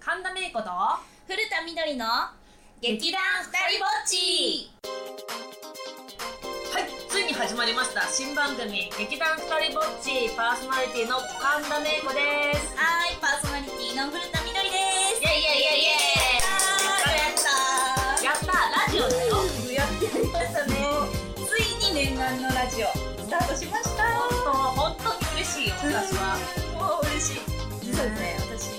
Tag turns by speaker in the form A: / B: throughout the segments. A: 神田芽子と
B: 古田みどりの劇団ふたりぼっち
A: はいついに始まりました新番組「劇団ふたりぼっち」パーソナリティの神田芽子です
B: はーいパーソナリティの古田みどりです
A: イェイイェイイェイイェイ
B: はーいや
A: やっ
B: っ
A: たラジオだよ
B: たやってやりましたねついに念願のラジオスタートしました
A: 本当に嬉しいよ私は
B: もう嬉しい実はですね私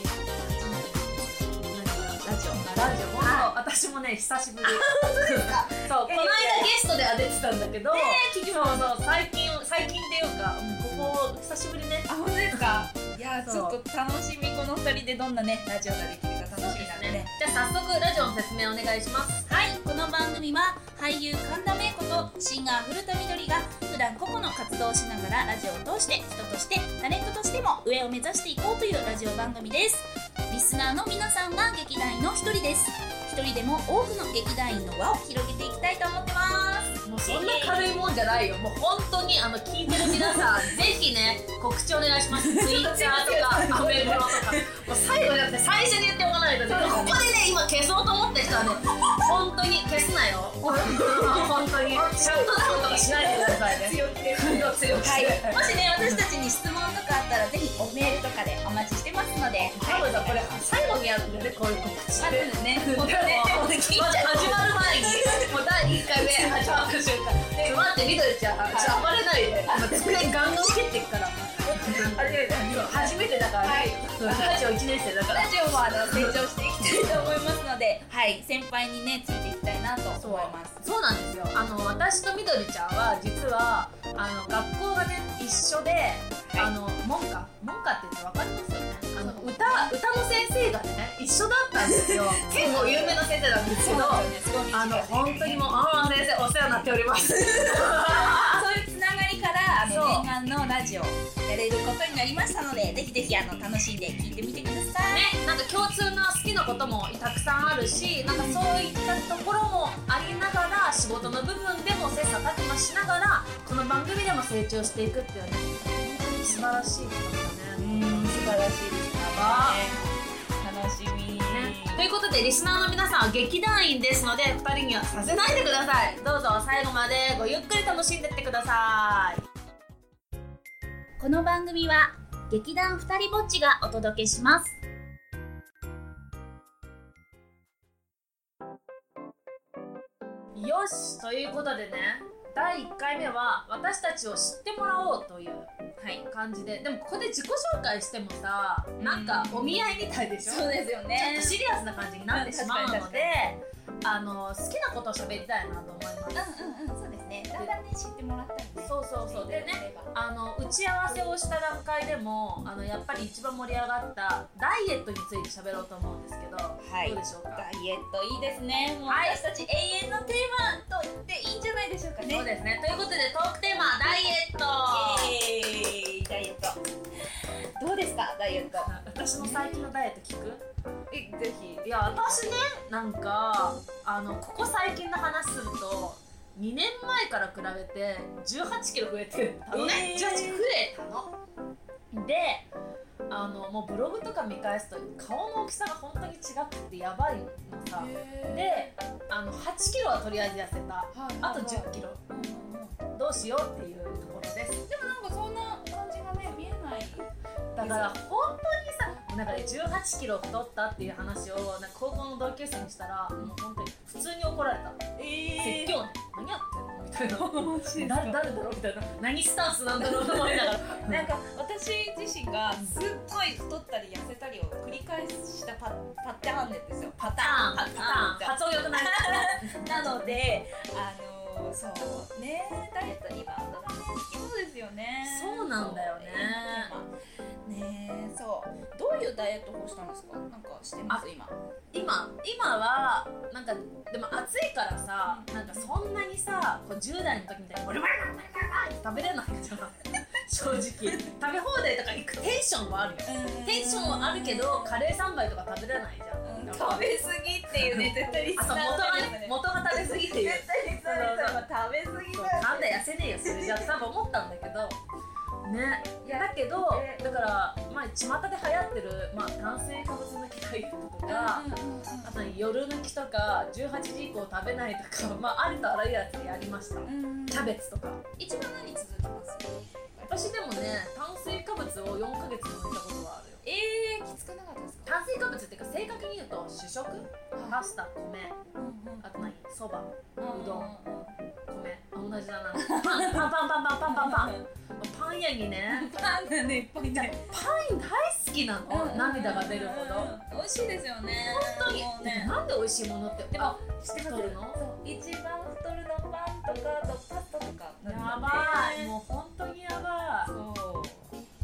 B: ラジオ
A: ラジオ本当、
B: は
A: 私もね久しぶり
B: いですか
A: そうこの
B: え
A: 間ゲストでは出てたんだけど、そうそう最近最近っていうかここ久しぶりね
B: あ本当ですかいやーち
A: そ
B: ょ
A: う
B: っと楽しみこの二人でどんなねラジオができるか楽しみなので
A: じゃあ早速ラジオの説明お願いします
B: はい、この番組は俳優神田芽子とシンガー古田みどりが普段個々の活動をしながらラジオを通して人としてタレントとしても上を目指していこうというラジオ番組ですリスナーの皆さんが劇団員の一人です一人でも多くの劇団員の輪を広げていきたいと思ってます
A: もうそんな軽いもんじゃないよもう本当にあの聞いてる皆 さんぜひね告知お願いし ますツイッターとかアメブロとかもう最後じゃなくて最初に言っておかないとねここでね今消そうと思ってる人はね本当に消すなよ本当にシャットダウンとかしないでくださいね
B: 強気で
A: 強く強く
B: はい、
A: して
B: もしね私たちに質問とかあったらぜひおメールとかでお待ちしてますので
A: 多分さこれ最後にやるんだよねこういう告知
B: あるね
A: でも、ま始まる前に、もう第一回目始まった瞬間、ちょっと待って、みどりちゃん、あちょっと暴れないで、今机ガンガン蹴ってっから、
B: あれだよね
A: 初めてだから
B: はい
A: ね、ラジオ1年生だから
B: ラ。ジオもあの成長していきたいと思いますので、はい、先輩にねついていきたいなと思います。
A: そうなんですよあの私とみどりちゃんは実はあの学校がね一緒で、
B: はい
A: あの門下門下って言うの分かりますよねあの歌歌の先生がね一緒だったんですよ結構有名な先生なんですけど
B: すごい
A: あの本当にもう天野先生お世話になっております
B: そういうつながりからあ
A: そう
B: の念願のラジオやれることになりましたので、ぜひぜひあの楽しんで聞いてみてください。
A: ね、なんか共通の好きなこともたくさんあるしなんかそういったところもありながら仕事の部分でも切磋琢磨しながらこの番組でも成長していくっていうね本当に素晴らしいことだね。
B: 素晴らしいです
A: ば
B: 楽しみ。
A: ということでリスナーの皆さんは劇団員ですので2人にはさせないでくださいどうぞ最後までごゆっくり楽しんでってください
B: この番組は劇団ふたりぼっちがお届けします。
A: よしということでね第1回目は私たちを知ってもらおうという
B: はい。
A: 感じででもここで自己紹介してもさなんかお見合いみたいでしょ、
B: そうですよ
A: ちょ
B: ね
A: っと。シリアスな感じになってしまうのであの好きなことを喋りたいなと思います
B: うんうんうん、そうですね。だんだんね知ってもらったりね。
A: そうそうそうでねあの打ち合わせをした段階でもあのやっぱり一番盛り上がったダイエットについて喋ろうと思うんですけど、
B: い
A: どうでしょうか、
B: ダイエットいいですね。もう
A: はい
B: 私たち永遠のテーマと言っていいんじゃないでしょうかね。
A: そうですねということでトークテーマダイエット
B: イエーイダイエット。どうですかダイエット。
A: 私の最近のダイエット聞く
B: えぜひ。
A: いや私ねなんかあのここ最近の話すると2年前から比べて1 8キロ増えてたのね、
B: えー
A: 18増えたのであのもうブログとか見返すと顔の大きさが本当に違くてやばいのさであの8キロはとりあえず痩せたあと1 0キロ
B: うんうんうん
A: どうしようっていうところです
B: でもなんかそんな感じがね見えない。
A: だから本当にさなんかね1 8キロ太ったっていう話をなんか高校の同級生にしたらもう本当に普通に怒られた説
B: え
A: 教ね何やってんのみたいな
B: マジです か
A: 誰誰だろうみたいな何スタンスなんだろうと思いながら
B: なんか私自身がすっごい太ったり痩せたりを繰り返したパパターンなんですよパターンパターンみたいな
A: 発音良くない
B: なので、あのー、そうねダイエットリバウンドだそうですよね
A: そうなんだよね
B: そうねそうどういうダイエット法したんですかなんかしてます今
A: 今今はなんかでも暑いからさなんかそんなにさこう10代の時みたいにボリボリボリボリボリって食べれないじゃん正直食べ放題とか行くテンションはあるよテンションはあるけどカレー3杯とか食べれないじゃん、
B: うん
A: だから
B: 食べ過ぎっていうね絶対リス
A: あそう
B: ナー
A: 元
B: の
A: が
B: 皆さん
A: ね元が食べ過
B: ね
A: ぎっていう
B: 絶対リスナーの皆さんは食べ過ぎ
A: そう
B: だよ
A: なんだ痩せねえよそれじゃあ多分思ったんだけどねいやだけど
B: ね
A: だからまあ巷で流行ってる、まあ、炭水化物抜きダイエットとか、あと夜抜きとか18時以降食べないとか、 まあ、ありとあらゆるやつやりましたキャベツとか
B: 一番何続きます
A: 私でもね炭水化物を4ヶ月も抜いたことはあるよ
B: ええー、きつくなかったですか
A: 炭水化物っていうか正確に言うと主食パスタ米
B: うんうん
A: あと何そば
B: うん
A: うどん米あ同じだなパンパンパンパンパンパンパンパンパン屋にね
B: パンがねいっぱいね
A: パン大好きなの涙が出るほど
B: ど美味しいですよね
A: 本当に
B: もうね
A: なんで美味しいものって
B: でも
A: あ知ってるの
B: 一番太るのパンとかあとパスタとか
A: や
B: なん
A: ば
B: だ
A: い
B: よね
A: もう本当にやばい
B: そ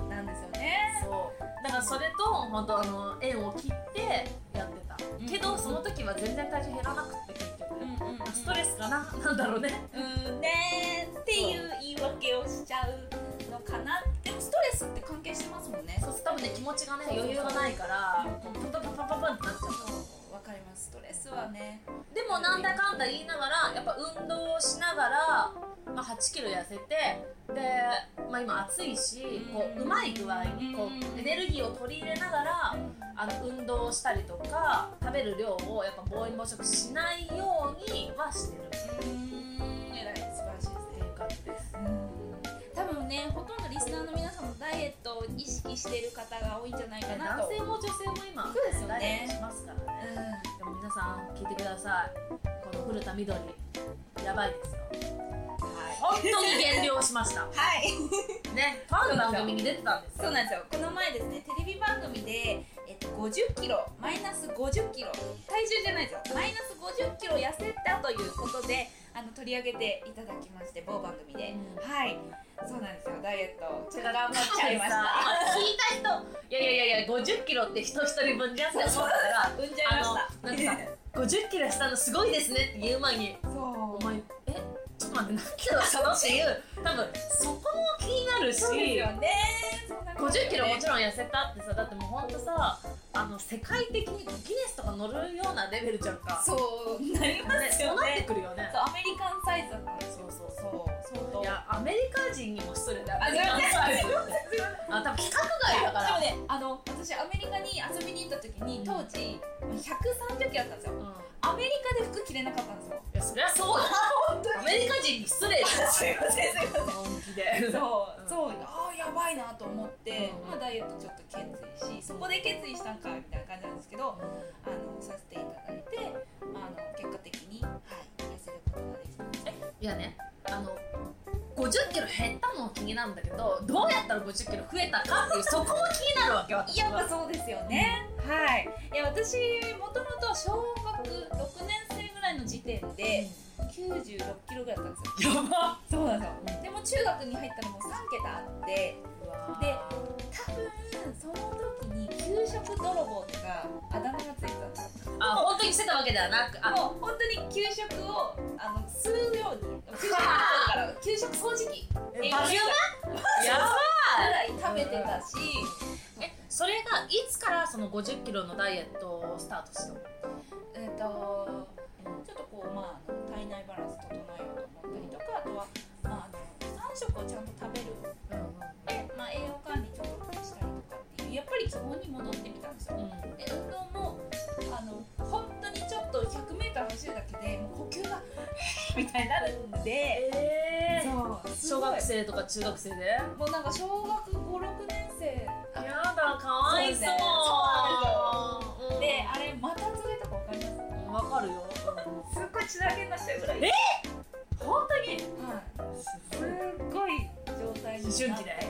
B: うなんですよね
A: そうだからそれと本当あの縁を切ってやってた
B: うん
A: けどその時は全然体重減らなくって結局
B: んうん
A: ストレスかななんだろうね
B: うーんねーっていう言い訳をしちゃうのかなでもストレスって関係してますもんね
A: そう多分ね気持ちがね余裕がないからパンパンパンパンパンパンってなっちゃう
B: そうわかりますストレスはね
A: でもなんだかんだ言いながらやっぱ運動をしながら、まあ、8キロ痩せてで、まあ、今暑いしこううまい具合にこ
B: うん
A: うエネルギーを取り入れながらあの運動をしたりとか食べる量をやっぱ暴飲暴食しないようにはしてる
B: うーん偉い素晴らしいですね
A: 感じです
B: 多分ねほとんどリスナーの皆さんもダイエットを意識してる方が多いんじゃないかな
A: 男
B: と
A: 性も女性も今
B: そうですよね
A: ダイエットしますからねでも皆さん聞いてくださいこの古田みどりやばいですよ
B: うんは
A: 本
B: い
A: 当に減量しました
B: はい
A: ねファンの番組に出てたんです
B: そうなんですよこの前ですねテレビ番組で、えっと、50キロマイナス50キロ体重じゃないですよマイナス50キロ痩せたということであの取り上げていただきまして某番組で、
A: う
B: はいそうなんですよダイエットちょっと頑張っちゃいました
A: 聞いた人いやいやいやいや50キロって人一人分じゃんって思ったから
B: 産んじゃいました
A: あのなんか50キロしたのすごいですねって言う前に
B: そ
A: お前えちょっと待って何キロしたのっていう多分そこも気になるし
B: そうですよねそんなこと
A: 50キロも
B: ね
A: ちろん痩せたってさだってもうほんとさあの世界的にギネスとか乗るようなレベルじゃんか
B: そうなります
A: そう
B: よ
A: なって
B: ね
A: くるよね
B: そうアメリカンサイズだったんですよ
A: そう
B: そうそう
A: いやアメリカ人にも失礼だよ
B: あすいません
A: そうですよね
B: すいません
A: あ多分規格外だから
B: でもねあの私アメリカに遊びに行った時に当時130キロだったんですよ
A: うんい
B: アメリカで服着れなかったんですよ
A: やそりゃそうだ
B: 本当
A: アメリカ人に失礼だよ
B: すいませんすいません
A: 本気で
B: そう、
A: うん
B: そうああやばいなと思って、
A: うん
B: まあ、ダイエットちょっと決意しそこで決意したんかみたいな感じなんですけどあのさせていただいてあの結果的に、はい、痩せることができたんです
A: いやねあの50キロ減ったのも気になるんだけどどうやったら50キロ増えたかっていうそこも気になるわけ私
B: や
A: は
B: っぱそうですよね、はいいや私もともと小学6年生ぐらいの時点で96キロぐらいだったんですよ
A: やば
B: そうなんですよでも中学に入ったらもう3桁あってで多分その時に給食泥棒とかあだ名がついてたんですよ
A: あ本当にしてたわけではなくあ
B: もう本当に給食をあの吸 うように給食の頃から給食掃除機
A: えバキュームやば
B: ぐらい食べてたし
A: えそれがいつからその50キロのダイエットをスタートしたの
B: えっ、とちょっとこうまあ体内バランス整えようと思ったりとかあとはまああの3食をちゃんと食べるで、まあ、栄養管理ちょっとしたりとかっていうやっぱり基本に戻ってみたんですよで運動もあの本当にちょっと 100m 走るだけでもう呼吸がみたいになるんで
A: ええ
B: そ
A: 小
B: う
A: 学生とか中学生でや
B: もうなんか小学56年生
A: だかわいそう
B: そうで
A: で
B: あれまた連れたか分かります
A: わかるよ
B: すっごい血だらけになっちゃうぐらい
A: え本当に
B: はい、すっごい状態にな
A: 思春期で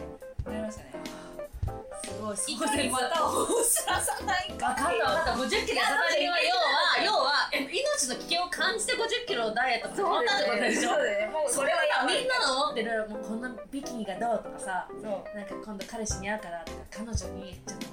B: なりましたね
A: すごい
B: い
A: すご
B: か
A: い
B: にまたを知らさないか
A: 分かった分かった50キロ痩せた理由は要は要はえ命の危険を感じて50キロをダイエット始まったってことでしょ
B: そうですねもう
A: そ
B: そ
A: れ
B: れ
A: は
B: はやばい
A: みんなの思ってるもうこんなビキニがどうとかさ
B: そう
A: なんか今度彼氏に会うからとか彼女にちょっと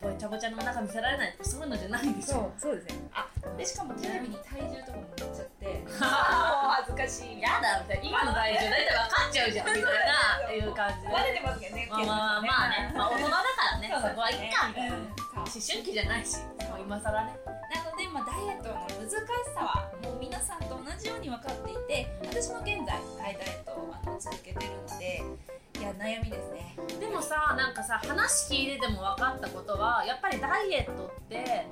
A: ぼちゃぼちゃのお腹見せられないとかそういうのじゃないんでしょ
B: うそうですねあでしかもテレビに体重とかも載っちゃって
A: あ
B: 恥ずかしい
A: やだみたいな今の体重大体分かっちゃうじゃんみたいなっていう感じで
B: バレてますけどね
A: まあまあまあまあね、まあ、大人だからね
B: そう
A: そこはいっかみたいな
B: うんそう
A: 思春期じゃないしもう今更ね
B: なので、まあ、ダイエットの難しさはもう皆さんと同じように分かっていて私も現在、はい、ダイエットをあの続けてるのでいや悩みですね
A: さなんかさ話聞いてても分かったことはやっぱりダイエットって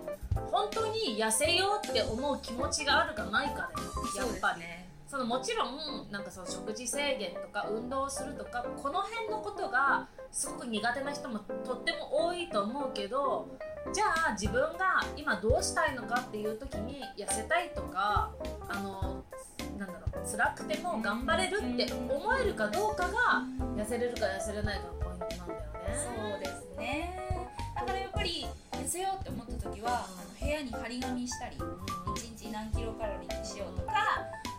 A: 本当に痩せようって思う気持ちがあるかないかだよやっぱり
B: ね
A: そのもちろんなんかその食事制限とか運動するとかこの辺のことがすごく苦手な人もとっても多いと思うけどじゃあ自分が今どうしたいのかっていう時に痩せたいとかあのなんだろう辛くても頑張れるって思えるかどうかが痩せれるか痩せれないかのポイントなんだよね。
B: そうですねだからやっぱり痩せようって思った時はあの部屋に張り紙したり1日何キロカロリーにしようとか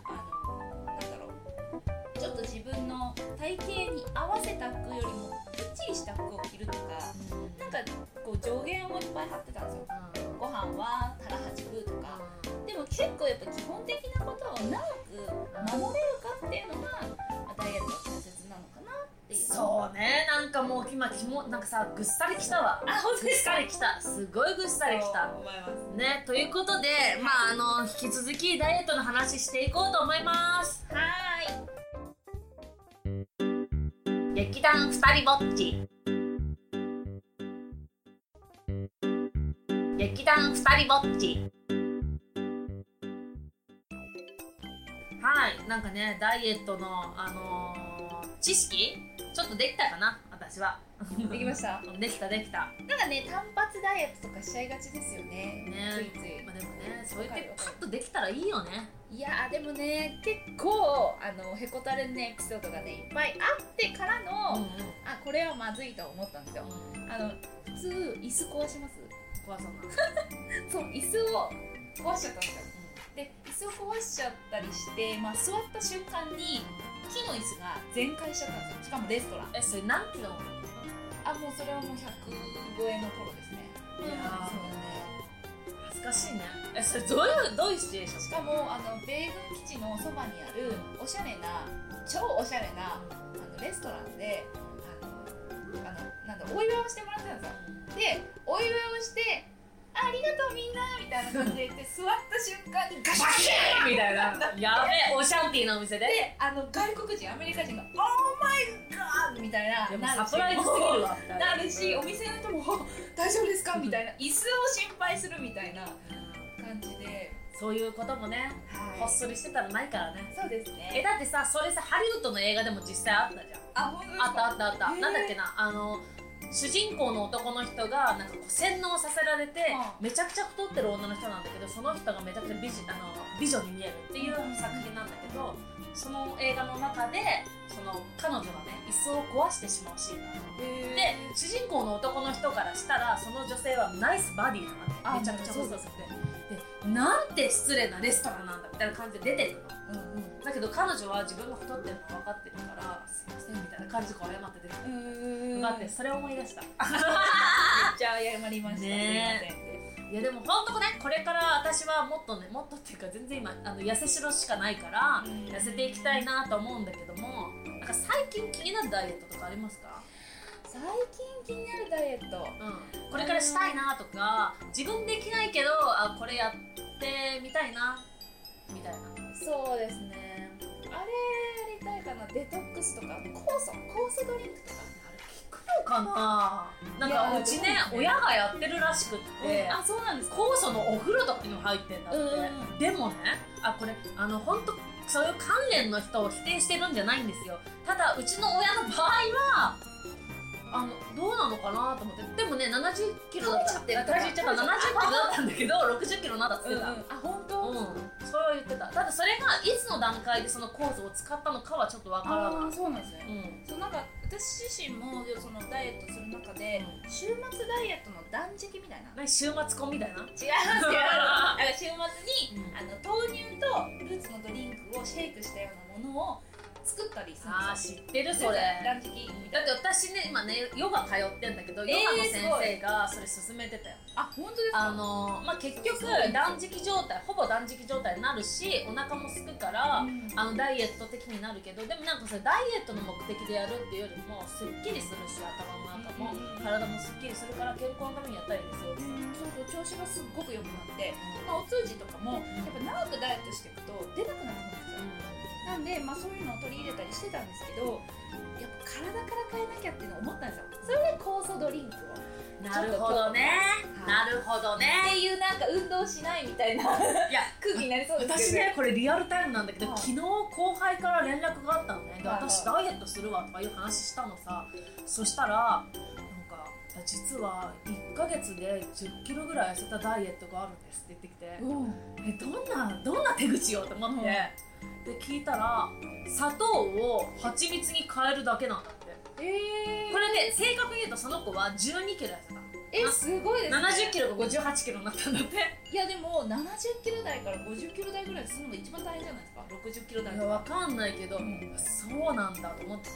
B: あのなんだろうちょっと自分の体型に合わせた服よりもきっちりした服を着るとかなんかこう上限をいっぱい貼ってたんですよご飯はたらはじくとかでも結構やっぱ基本的なことを長く守れるかっていうのがまあダイエットは大切なのかなっていう
A: そうねなんかもう今きもなんかさぐっさりきたわ
B: あ本当
A: ぐっ
B: ですか
A: さりきたすごいぐっさりきた
B: そう思います
A: ねということでまああの引き続きダイエットの話していこうと思います
B: はーい
A: 劇団ふたりぼっち劇団ふたりぼっちはいなんかねダイエットのあのー知識ちょっとできたかな私は
B: できました
A: できたできた
B: なんかね単発ダイエットとかしちゃいがちですよね
A: ね
B: ついつい
A: まあ、でもねそうやってパッとできたらいいよね
B: いやーでもね結構あのへこたれるねエピソードがねいっぱいあってからの、あ
A: う
B: これはまずいと思ったんですよあの普通椅子壊します
A: 怖そうな
B: そう椅子を壊しちゃったんですよで椅子を壊しちゃったりして、まあ、座った瞬間に木の椅子が全開しちゃったんですよしかもレストラン
A: えそれ何キロ
B: あもうそれはもう100超えの頃ですね
A: いやー
B: そうね
A: 恥ずかしいねえそれどういうどういうシチュエーション
B: しかもあの米軍基地のそばにあるおしゃれな超おしゃれなあのレストランであのあのなんだお祝いをしてもらったんですよでお祝いをして「ありがとうみんな」みたいな感じで言 って座った瞬間にガシャッ
A: みたいなやべえおシャンティーのお店で
B: であの外国人アメリカ人が「オーマイガー!」みたいな
A: でも
B: なる
A: サ
B: し
A: プライズすぎるわみたい
B: なるしお店の人もあ「大丈夫ですか?」みたいな椅子を心配するみたいな感じで、
A: そういうこともねほ
B: は
A: っそりしてたらないからね
B: い、そうです
A: え
B: ね
A: だってさそれさハリウッドの映画でも実際あったじゃん
B: あ本当ですか
A: あったあったあった、
B: えー
A: なんだっけなあの主人公の男の人がなんかこう洗脳させられて、
B: う
A: めちゃくちゃ太ってる女の人なんだけどその人がめちゃくちゃ美人あの美女に見えるっていう
B: うん
A: 作品なんだけど、その映画の中でその彼女がね椅子を壊してしまうシーンがある
B: へー
A: で主人公の男の人からしたらその女性はナイスバディだな
B: あ
A: ってめちゃくちゃ細
B: そ
A: く
B: う
A: てでなんて失礼なレストランなんだみたいな感じで出てくの
B: うんうん
A: だけど彼女は自分が太ってるの分かってるからすいませんみたいな感じでこう謝って出てくる
B: うん
A: 待ってそれを思い出した
B: めっちゃ謝りました、
A: ね
B: すいません
A: いやでも本当ねこれから私はもっとねもっとっていうか全然今あの痩せしろしかないから
B: うん
A: 痩せていきたいなと思うんだけどもなんか最近気になるダイエットとかありますか、
B: 最近気になるダイエット
A: うん、これからしたいなとか自分できないけどあこれやってみたいなみたいな
B: そうですねあれやりたいかなデトックスとか酵素酵素ドリンクとか
A: そうかななん
B: い
A: か
B: や
A: うちね
B: どうですね
A: 親がやってるらしくって、
B: あそうなんですか
A: 酵素のお風呂とかにも入ってんだって、
B: うんうんうん
A: でもねあこれあの本当そういう関連の人を否定してるんじゃないんですよただうちの親の場合はあのどうなのかなと思ってでもね7 0キロだった
B: 食べちゃってる
A: 体重ちゃった7 0キロだったんだけど6 0キロになったって
B: うん
A: 言っ
B: うん
A: てた、
B: あ本当
A: うんそれは言ってたただそれがいつの段階でその酵素を使ったのかはちょっとわからない
B: ああそうなんですね、
A: うん
B: そうなんか私自身もそのダイエットする中で、週末ダイエットの断食みたいな違い
A: 何週末婚みたいな
B: ます違いますだから週末に、
A: うん
B: あの豆乳とフルーツのドリンクをシェイクしたようなものを作ったりするん
A: あー
B: ですよ
A: 知ってるそれ
B: 断食み
A: だ
B: た
A: っ
B: い
A: て私
B: な
A: ね今ねヨガ通ってんだけど、
B: ー
A: ヨガの先生がそれ勧めてたよ
B: あ本当です
A: あ
B: か
A: のーまあ結局
B: そうそう
A: 断食状態ほぼ断食状態になるしお腹もすくから、
B: うん
A: あのダイエット的になるけどでもなんかそれダイエットの目的でやるっていうよりもすっきりするし頭の中も、
B: うんうんうん
A: 体もすっきりするから健康のためにやったりですよ、
B: うんそうそう調子がすっごく良くなって、まあ、お通じとかもやっぱ長くダイエットしていくと出なくなるんですよなんで、まあ、そういうのを取り入れたりしてたんですけどやっぱ体から変えなきゃっていうのを思ったんですよそれで酵素ドリンクを
A: なるほどねな
B: はい
A: るほど
B: っ
A: ね
B: ていうなんか運動しないみたいな
A: いや
B: 空気になりそうで
A: 私
B: すけ
A: ね
B: ど
A: これリアルタイムなんだけど、
B: はい
A: 昨日後輩から連絡があったのねで
B: はいはい
A: 私ダイエットするわとかいう話したのさそしたらなんか実は1ヶ月で1 0キロぐらい痩せたダイエットがあるんですって言ってきて
B: うん
A: えどんなどんな手口よと思って、
B: うん
A: で聞いたら砂糖を蜂蜜に変えるだけなんだって
B: えー
A: これで正確に言うとその子は1 2キロ痩せた
B: えすごいですね
A: 7 0キロが5 8キロになったんだって
B: いやでも70キロ台から50キロ台ぐらい進むのが一番大変じゃないですか60キロ台
A: い
B: と
A: や
B: か
A: わかんないけど、
B: ん
A: そうなんだと思って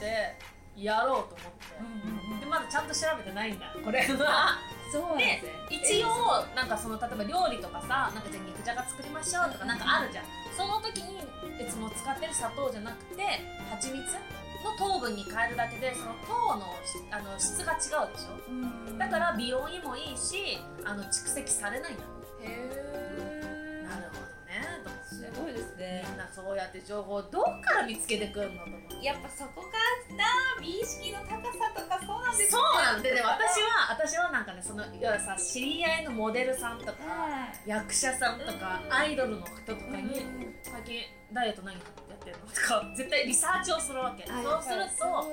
A: やろうと思って、でまだちゃんと調べてないんだこれは
B: そうなんですね
A: 一応なんかその例えば料理とかさなんかじゃあ肉じゃが作りましょうとかなんかあるじゃんその時に別の使ってる砂糖じゃなくて蜂蜜の糖分に変えるだけでその糖のあの質が違うでしょ
B: うん
A: だから美容にもいいしあの蓄積されないんだ
B: へえ
A: なるほどねと思って
B: すごいですね
A: みんなそうやって情報をどっから見つけてくるのと思って
B: やっぱそこかな美意識の高さとかそうなんです
A: そうなんで、ね、私は 私はなんかねその要はさ知り合いのモデルさんとか、
B: はい
A: 役者さんとか、
B: うん
A: アイドルの人とかに、
B: うん
A: 最近ダイエット何やってるのとか絶対リサーチをするわけそうすると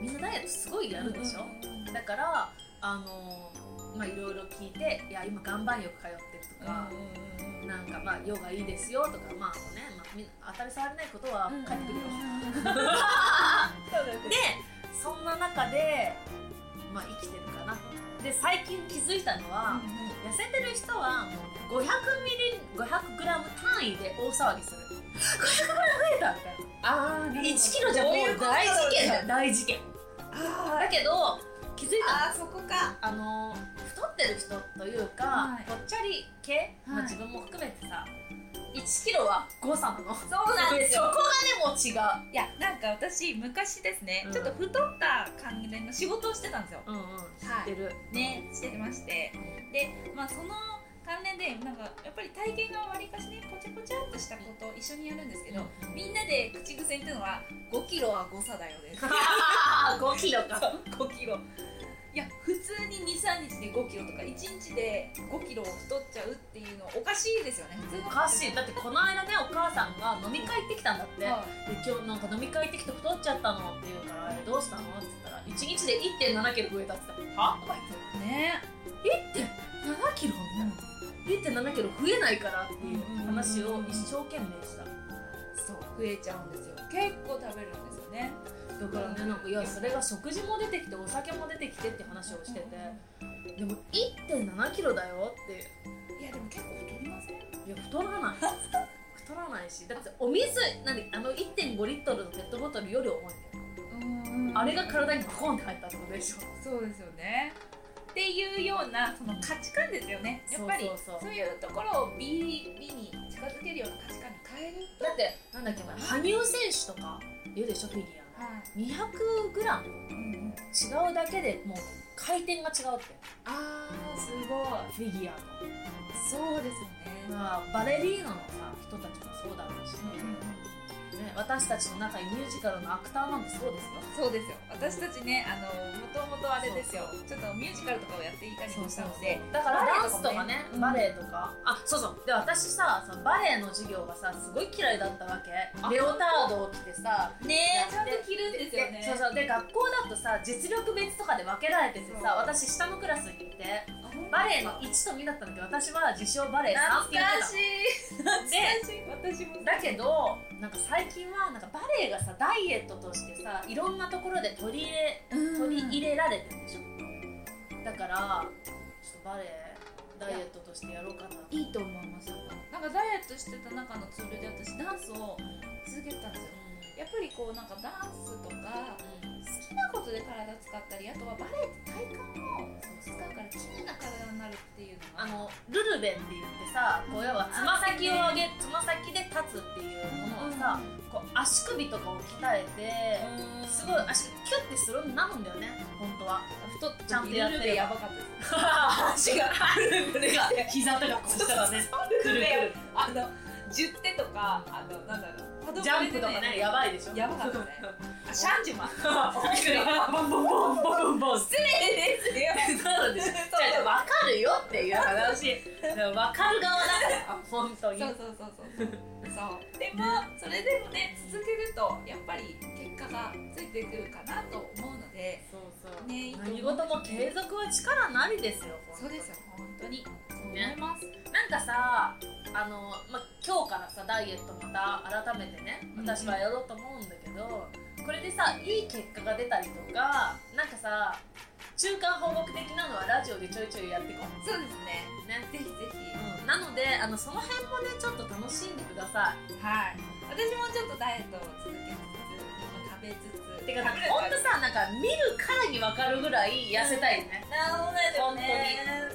A: みんなダイエットすごいやるでしょ、だからあのーまあいろいろ聞いて「いや今岩盤浴通ってる」とか、なんかまあヨガいいですよとかまあね、まあ、みんな当たり障りないことは書いてくるよ、
B: そうです
A: でそんな中で、まあ、生きてるかなで最近気づいたのは、痩せてる人はもう、ね、500ミリ500グラム単位で大騒ぎする500グラム増えたみたい
B: ああ
A: な1キロじゃもう大事件だよ大事件
B: あ
A: だけど気づいた
B: あそこか
A: あのー太ってる人というか、
B: はい
A: ぽっちゃり系、まあ、
B: はい
A: 自分も含めてさ1キロは誤差なのそ
B: そうなんですよ
A: そこがねもう違
B: いやなんか私昔ですね、
A: うん
B: ちょっと太った関連の仕事をしてたんですよ
A: ううんうん知ってる、
B: ねしてましてでまあその関連でなんかやっぱり体型がわりかしねぽちゃぽちゃっとしたことを一緒にやるんですけど、みんなで口癖っていうのは5キロは誤差だよ ね
A: あ5キロか
B: 5キロいや普通に23日で5キロとか1日で5キロ太っちゃうっていうのおかしいですよね普通の
A: おかしいだってこの間ねお母さんが飲み会行ってきたんだって、
B: は
A: で今日なんか飲み会行ってきて太っちゃったのって言うからえどうしたのって言ったら1日で1 7キロ増えたって言ったらはとか
B: いね
A: 言って1.7キロみたいな1.7キロ増えないからっていう話を一生懸命した
B: そう増えちゃうんですよ結構食べるんですよね
A: だからねなんかいやそれが食事も出てきてお酒も出てきてって話をしててでも1 7キロだよって
B: いやでも結構太りません
A: いや太らない太らないしだってお水何あの1.5リットルのペットボトルより重いんだよあれが体にコーンって入ったってことでしょ
B: そうですよねっていうようなその価値観ですよねやっぱり
A: そ
B: そうう
A: そうそう
B: いうところを美美に近づけるような価値観に変える
A: だってなんだっけな羽生選手とかいるでしょフィギュアの
B: はい、
A: 200グラム
B: うん、
A: 違うだけでもう回転が違うって
B: あーすご
A: フィギュア
B: いそうです
A: の
B: よね、
A: まあバレリーナのさ人たちもそうだろうし、ね、私たちの中にミュージカルのアクターなんてそうですよ
B: そうですよ私たちねあのもともとあれですよちょっとミュージカルとかをやっていたりもしたので
A: だからダンスとかねバ
B: バ
A: レエ
B: レ
A: とか、あそうそうで私さそのバレエの授業がさすごい嫌いだったわけ
B: あ
A: レオタードを着てさ
B: ね
A: え
B: ちゃんと着るんですよね
A: そうそうで学校だとさ実力別とかで分けられてて
B: そう
A: さ私下のクラスにいてバレエの1と2だったんだけど私は自称バレエ3って
B: 懐
A: 言って
B: か
A: た
B: し
A: ので
B: い懐かしい私も
A: だけどなんか最近はなんかバレエがさダイエットとしてさいろんなところで取り入れ取り入れられてるでしょ、だからちょっとバレエダイエットとしてやろうかなって
B: いいと思いますなんかダイエットしてた中のツールで私ダンスを続けてたんですよやっぱりこうなんかダンスとか好きなことで体使ったりあとはバレエって体幹を使うから綺麗な体になるっていうのが
A: あのルルベって言ってさこう要はつま先を上げつま先で立つっていうものをさ、こう足首とかを鍛えて、すごい足キュッてするんなるんだよね本当 は
B: 太っ
A: ちゃんとやってる
B: ルルベやばかったです
A: 足が
B: ルルベが
A: 膝とか腰とかね
B: ルルベ
A: くるくる
B: あの
C: 10手とかあのなんだろうパド
A: ジャン
C: で
A: プとかね、やばいでしょ。
C: やばかったねあシャンジュマン
A: ボンボンボンボンボン。
C: ですよ
A: そうでしょ。じゃあ、わかるよっていう話。わかる側だから、本当に。
C: そうそうそうそうそうでもそれでもね続けるとやっぱり結果がついてくるかなと思うので
A: そうそう。
C: ねいいと思う
A: 何事も継続は力なりですよ。
C: そうです
A: よ。
C: よ本当にそう思
A: ね
C: います、
A: なんかさ、あの、ま今日からさ、ダイエットまた改めてね、私はやろうと思うんだけど。これでさ、いい結果が出たりとか、なんかさ。中間報告的なのはラジオでちょいちょいやっていこう
C: そうですね
A: ね。
C: ぜひぜひ、
A: なのであのその辺もねちょっと楽しんでくださ
C: はい私もちょっとダイエットを続けつつ食べつつ
A: いてかさほんとさなんか見るからに分かるぐらい痩せたいよね
C: なるほどね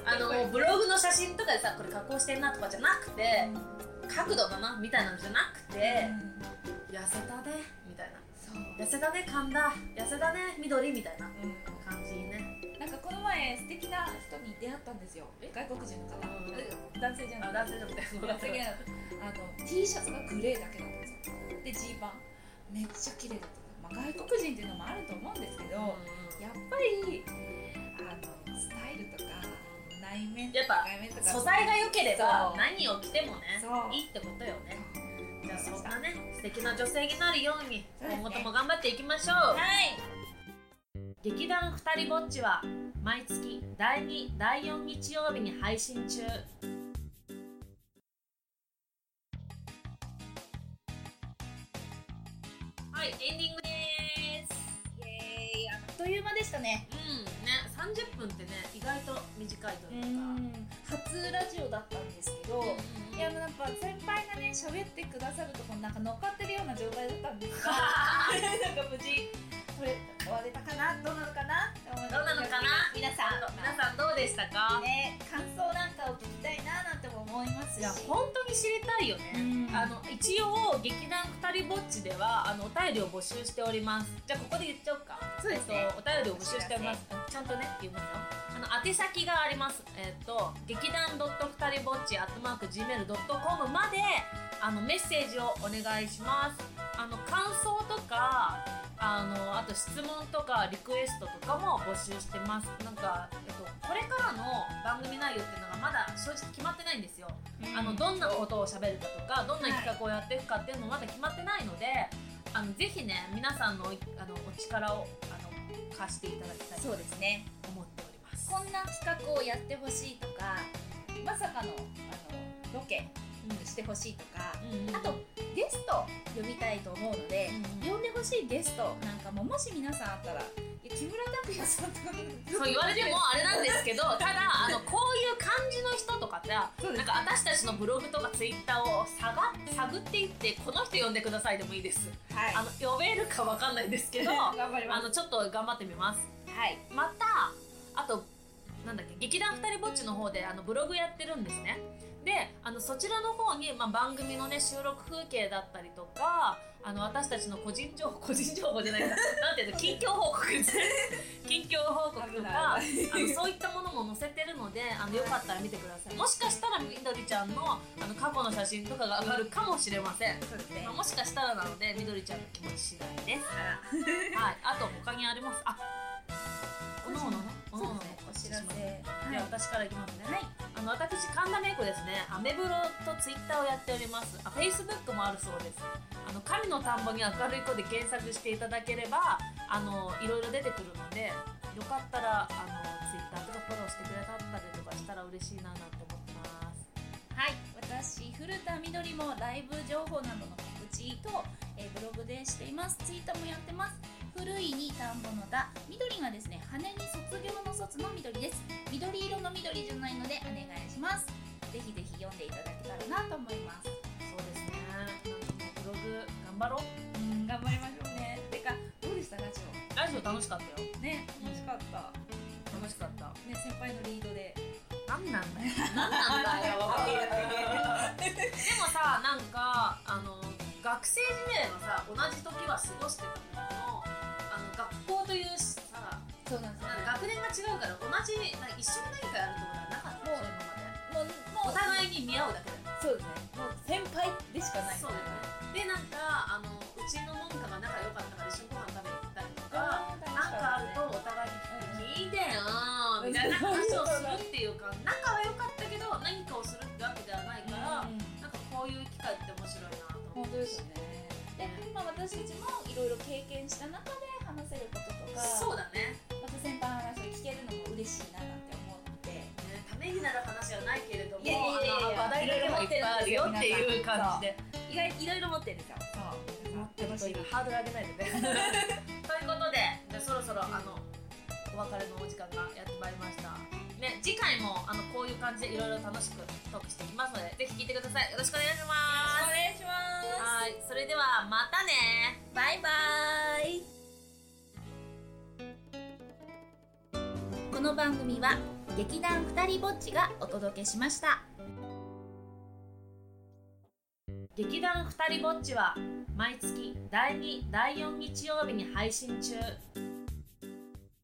C: でもね
A: あのブログの写真とかでさこれ加工してんなとかじゃなくて
C: うん
A: 角度だなみたいなのじゃなくて痩せたねみたいな
C: そう、
A: 痩せたね神田痩せたね緑みたいな感じにね
C: なんかこの前素敵な人に出会ったんですよ
A: え
C: 外国人の方、
A: うん
C: え男性じゃない
A: あ男性でもみ
C: だ
A: た
C: け
A: い
C: どあ
A: な
C: の T シャツがグレーだけだったんですよでジーパンめっちゃ綺麗だった、まあ、外国人っていうのもあると思うんですけど、やっぱりあのスタイルとか内面と
A: やっぱ
C: か外面とか
A: 素材が良けれ
C: そ
A: ば
C: う
A: 何を着てもね
C: そう
A: いいってことよねじゃあそんな
C: は
A: ね素敵な女性になるように
C: そうです
A: 今
C: ね
A: 後とも頑張っていきましょう、
C: い
A: 劇団ふたりぼっちは毎月第2第4日曜日に配信中はいエンディングです
B: イエーイあっという間でしたね
A: うんね30分ってね意外と短いと
B: う
A: いうかうん
B: ん初ラジオだったんですけど、いややっぱ先輩がね喋ってくださるとこになんか乗っかってるような状態だったんですがなんか無事取れ終われたかなどうなのかなって思い
A: どうなのかな
B: 皆さん
A: 皆さんどうでしたか、
B: ね感想なんかを聞きたいななんても思いますし
A: いや本当に知りたいよね、
B: うん
A: あの一応劇団ふたりぼっちではあのお便りを募集しておりますじゃあここで言っちゃおうか
B: そうですね
A: えっとお便りを募集しておりますちゃんとね言いますよあの宛先がありますえっ、と劇団ドットふたりぼっちアットマーク Gmail.com まであのメッセージをお願いしますあの感想とかあのあと質問とかリクエストとかも募集してますなんか、えっと、これからの番組内容っていうのがまだ正直決まってないんですよあのどんなことを喋るかとかどんな企画をやっていくかっていうのもまだ決まってないのであのぜひね皆さんのあのお力をあの貸していただきたいと
B: そうですね
A: 思っております。
B: こんな企画をやってほしいとかまさかのあのロケしてほしいとか
A: うんうん
B: あとゲスト呼びたいと思うので、
A: うん
B: 呼んでほしいゲストなんかももし皆さんあったらいや木村拓哉さんとか
A: そう言われてもあれなんです けどただあのこういう感じの人とかって
C: そうです
A: なんか私たちのブログとかツイッターを探探っていってこの人呼んでくださいでもいいです。
C: はい
A: あの呼べるかわかんないですけどあ
C: 頑張ります
A: のちょっと頑張ってみます。
B: はい
A: またあとなんだっけ劇団ふたりぼっちの方であのブログやってるんですねであのそちらの方に、まあ、番組のね収録風景だったりとかあの私たちの個人情報個 人情報じゃないななんていうの近況報告ですね近況報告とかあのそういったものも載せてるのであのよかったら見てくださいもしかしたらみどりちゃんのあの過去の写真とかが上がるかもしれません
B: そうですね
A: まあもしかしたらなのでみどりちゃんの気持ち次第ですはいあと他にありますあおのおのねおのおのね
B: お知らせ
A: じゃあ
B: は
A: 私からいきますね、
B: い、はい、
A: あの私神田芽子ですねアメブロとツイッターをやっておりますあフェイスブックもあるそうですあの神の田んぼに明るい子で検索していただければあのいろいろ出てくるのでよかったらあのツイッターとかフォローしてくれたりとかしたら嬉しいななんて思ってます
B: はい、私古田みどりもライブ情報などの告知と、えーブログでしていますツイートもやってます古いに田んぼの田みどりがですね羽に卒業の卒のみどりです緑色の緑じゃないのでお願いしますぜひぜひ読んでいただけたらなと思います
A: そうですねなんかもうブログ頑張ろう
C: うん頑張りましょうねてかどうでしたラジ
A: ラジオ楽しかったよ
C: オね楽しかった
A: 楽しかった
C: ね先輩のリードで
A: なんなんだよ。なんなんだよ。でもさ、なんか、あの、学生時代はさ、同じ時は過ごしてたものの。あの、学校というさ、
B: そうなんで
A: なんか学年が違うから、同じ、なんか一緒に何かやるとかなかったでしょ、今まで。
B: もうもう
A: お互いに見合うだけだ
C: そう
A: よ。
C: ですねもう先輩でしかない
A: そうだねでなんかあのうちの門下が仲良かったから一緒にご飯食べに行ったりとか
C: あー楽し
A: なんかあると
C: かっ
A: お互いに聞いてよーみたいな話をするっていうか仲は良かったけど何かをするってわけではない
C: た
A: から、
C: ね
A: なんかこういう機会って面白いなと
C: 本
A: 思う
C: 当ですよねで今私たちもいろいろ経験した中で話せることとか
A: そうだね
C: また先輩の話を聞けるのも嬉しいななんて思って
A: ねためになる話はないけれども
C: いやいやいやいや
A: あの話題だけはいっぱいあるよっていう感じで
C: 意外いろいろ持ってるんですよそう持ってほしい
A: ハードル上げないでね ということでじゃあそろそろあのお別れのお時間がやってまいりましたね、次回もあのこういう感じでいろいろ楽しくトークしていきますのでぜひ聞いてくださいよろしくお願いします
B: 願いしま
A: はいそれではまたね
B: すバイバイこの番組は劇団ふたりぼっちがお届けしました
A: 劇団ふたりぼっちは毎月第2第4日曜日に配信中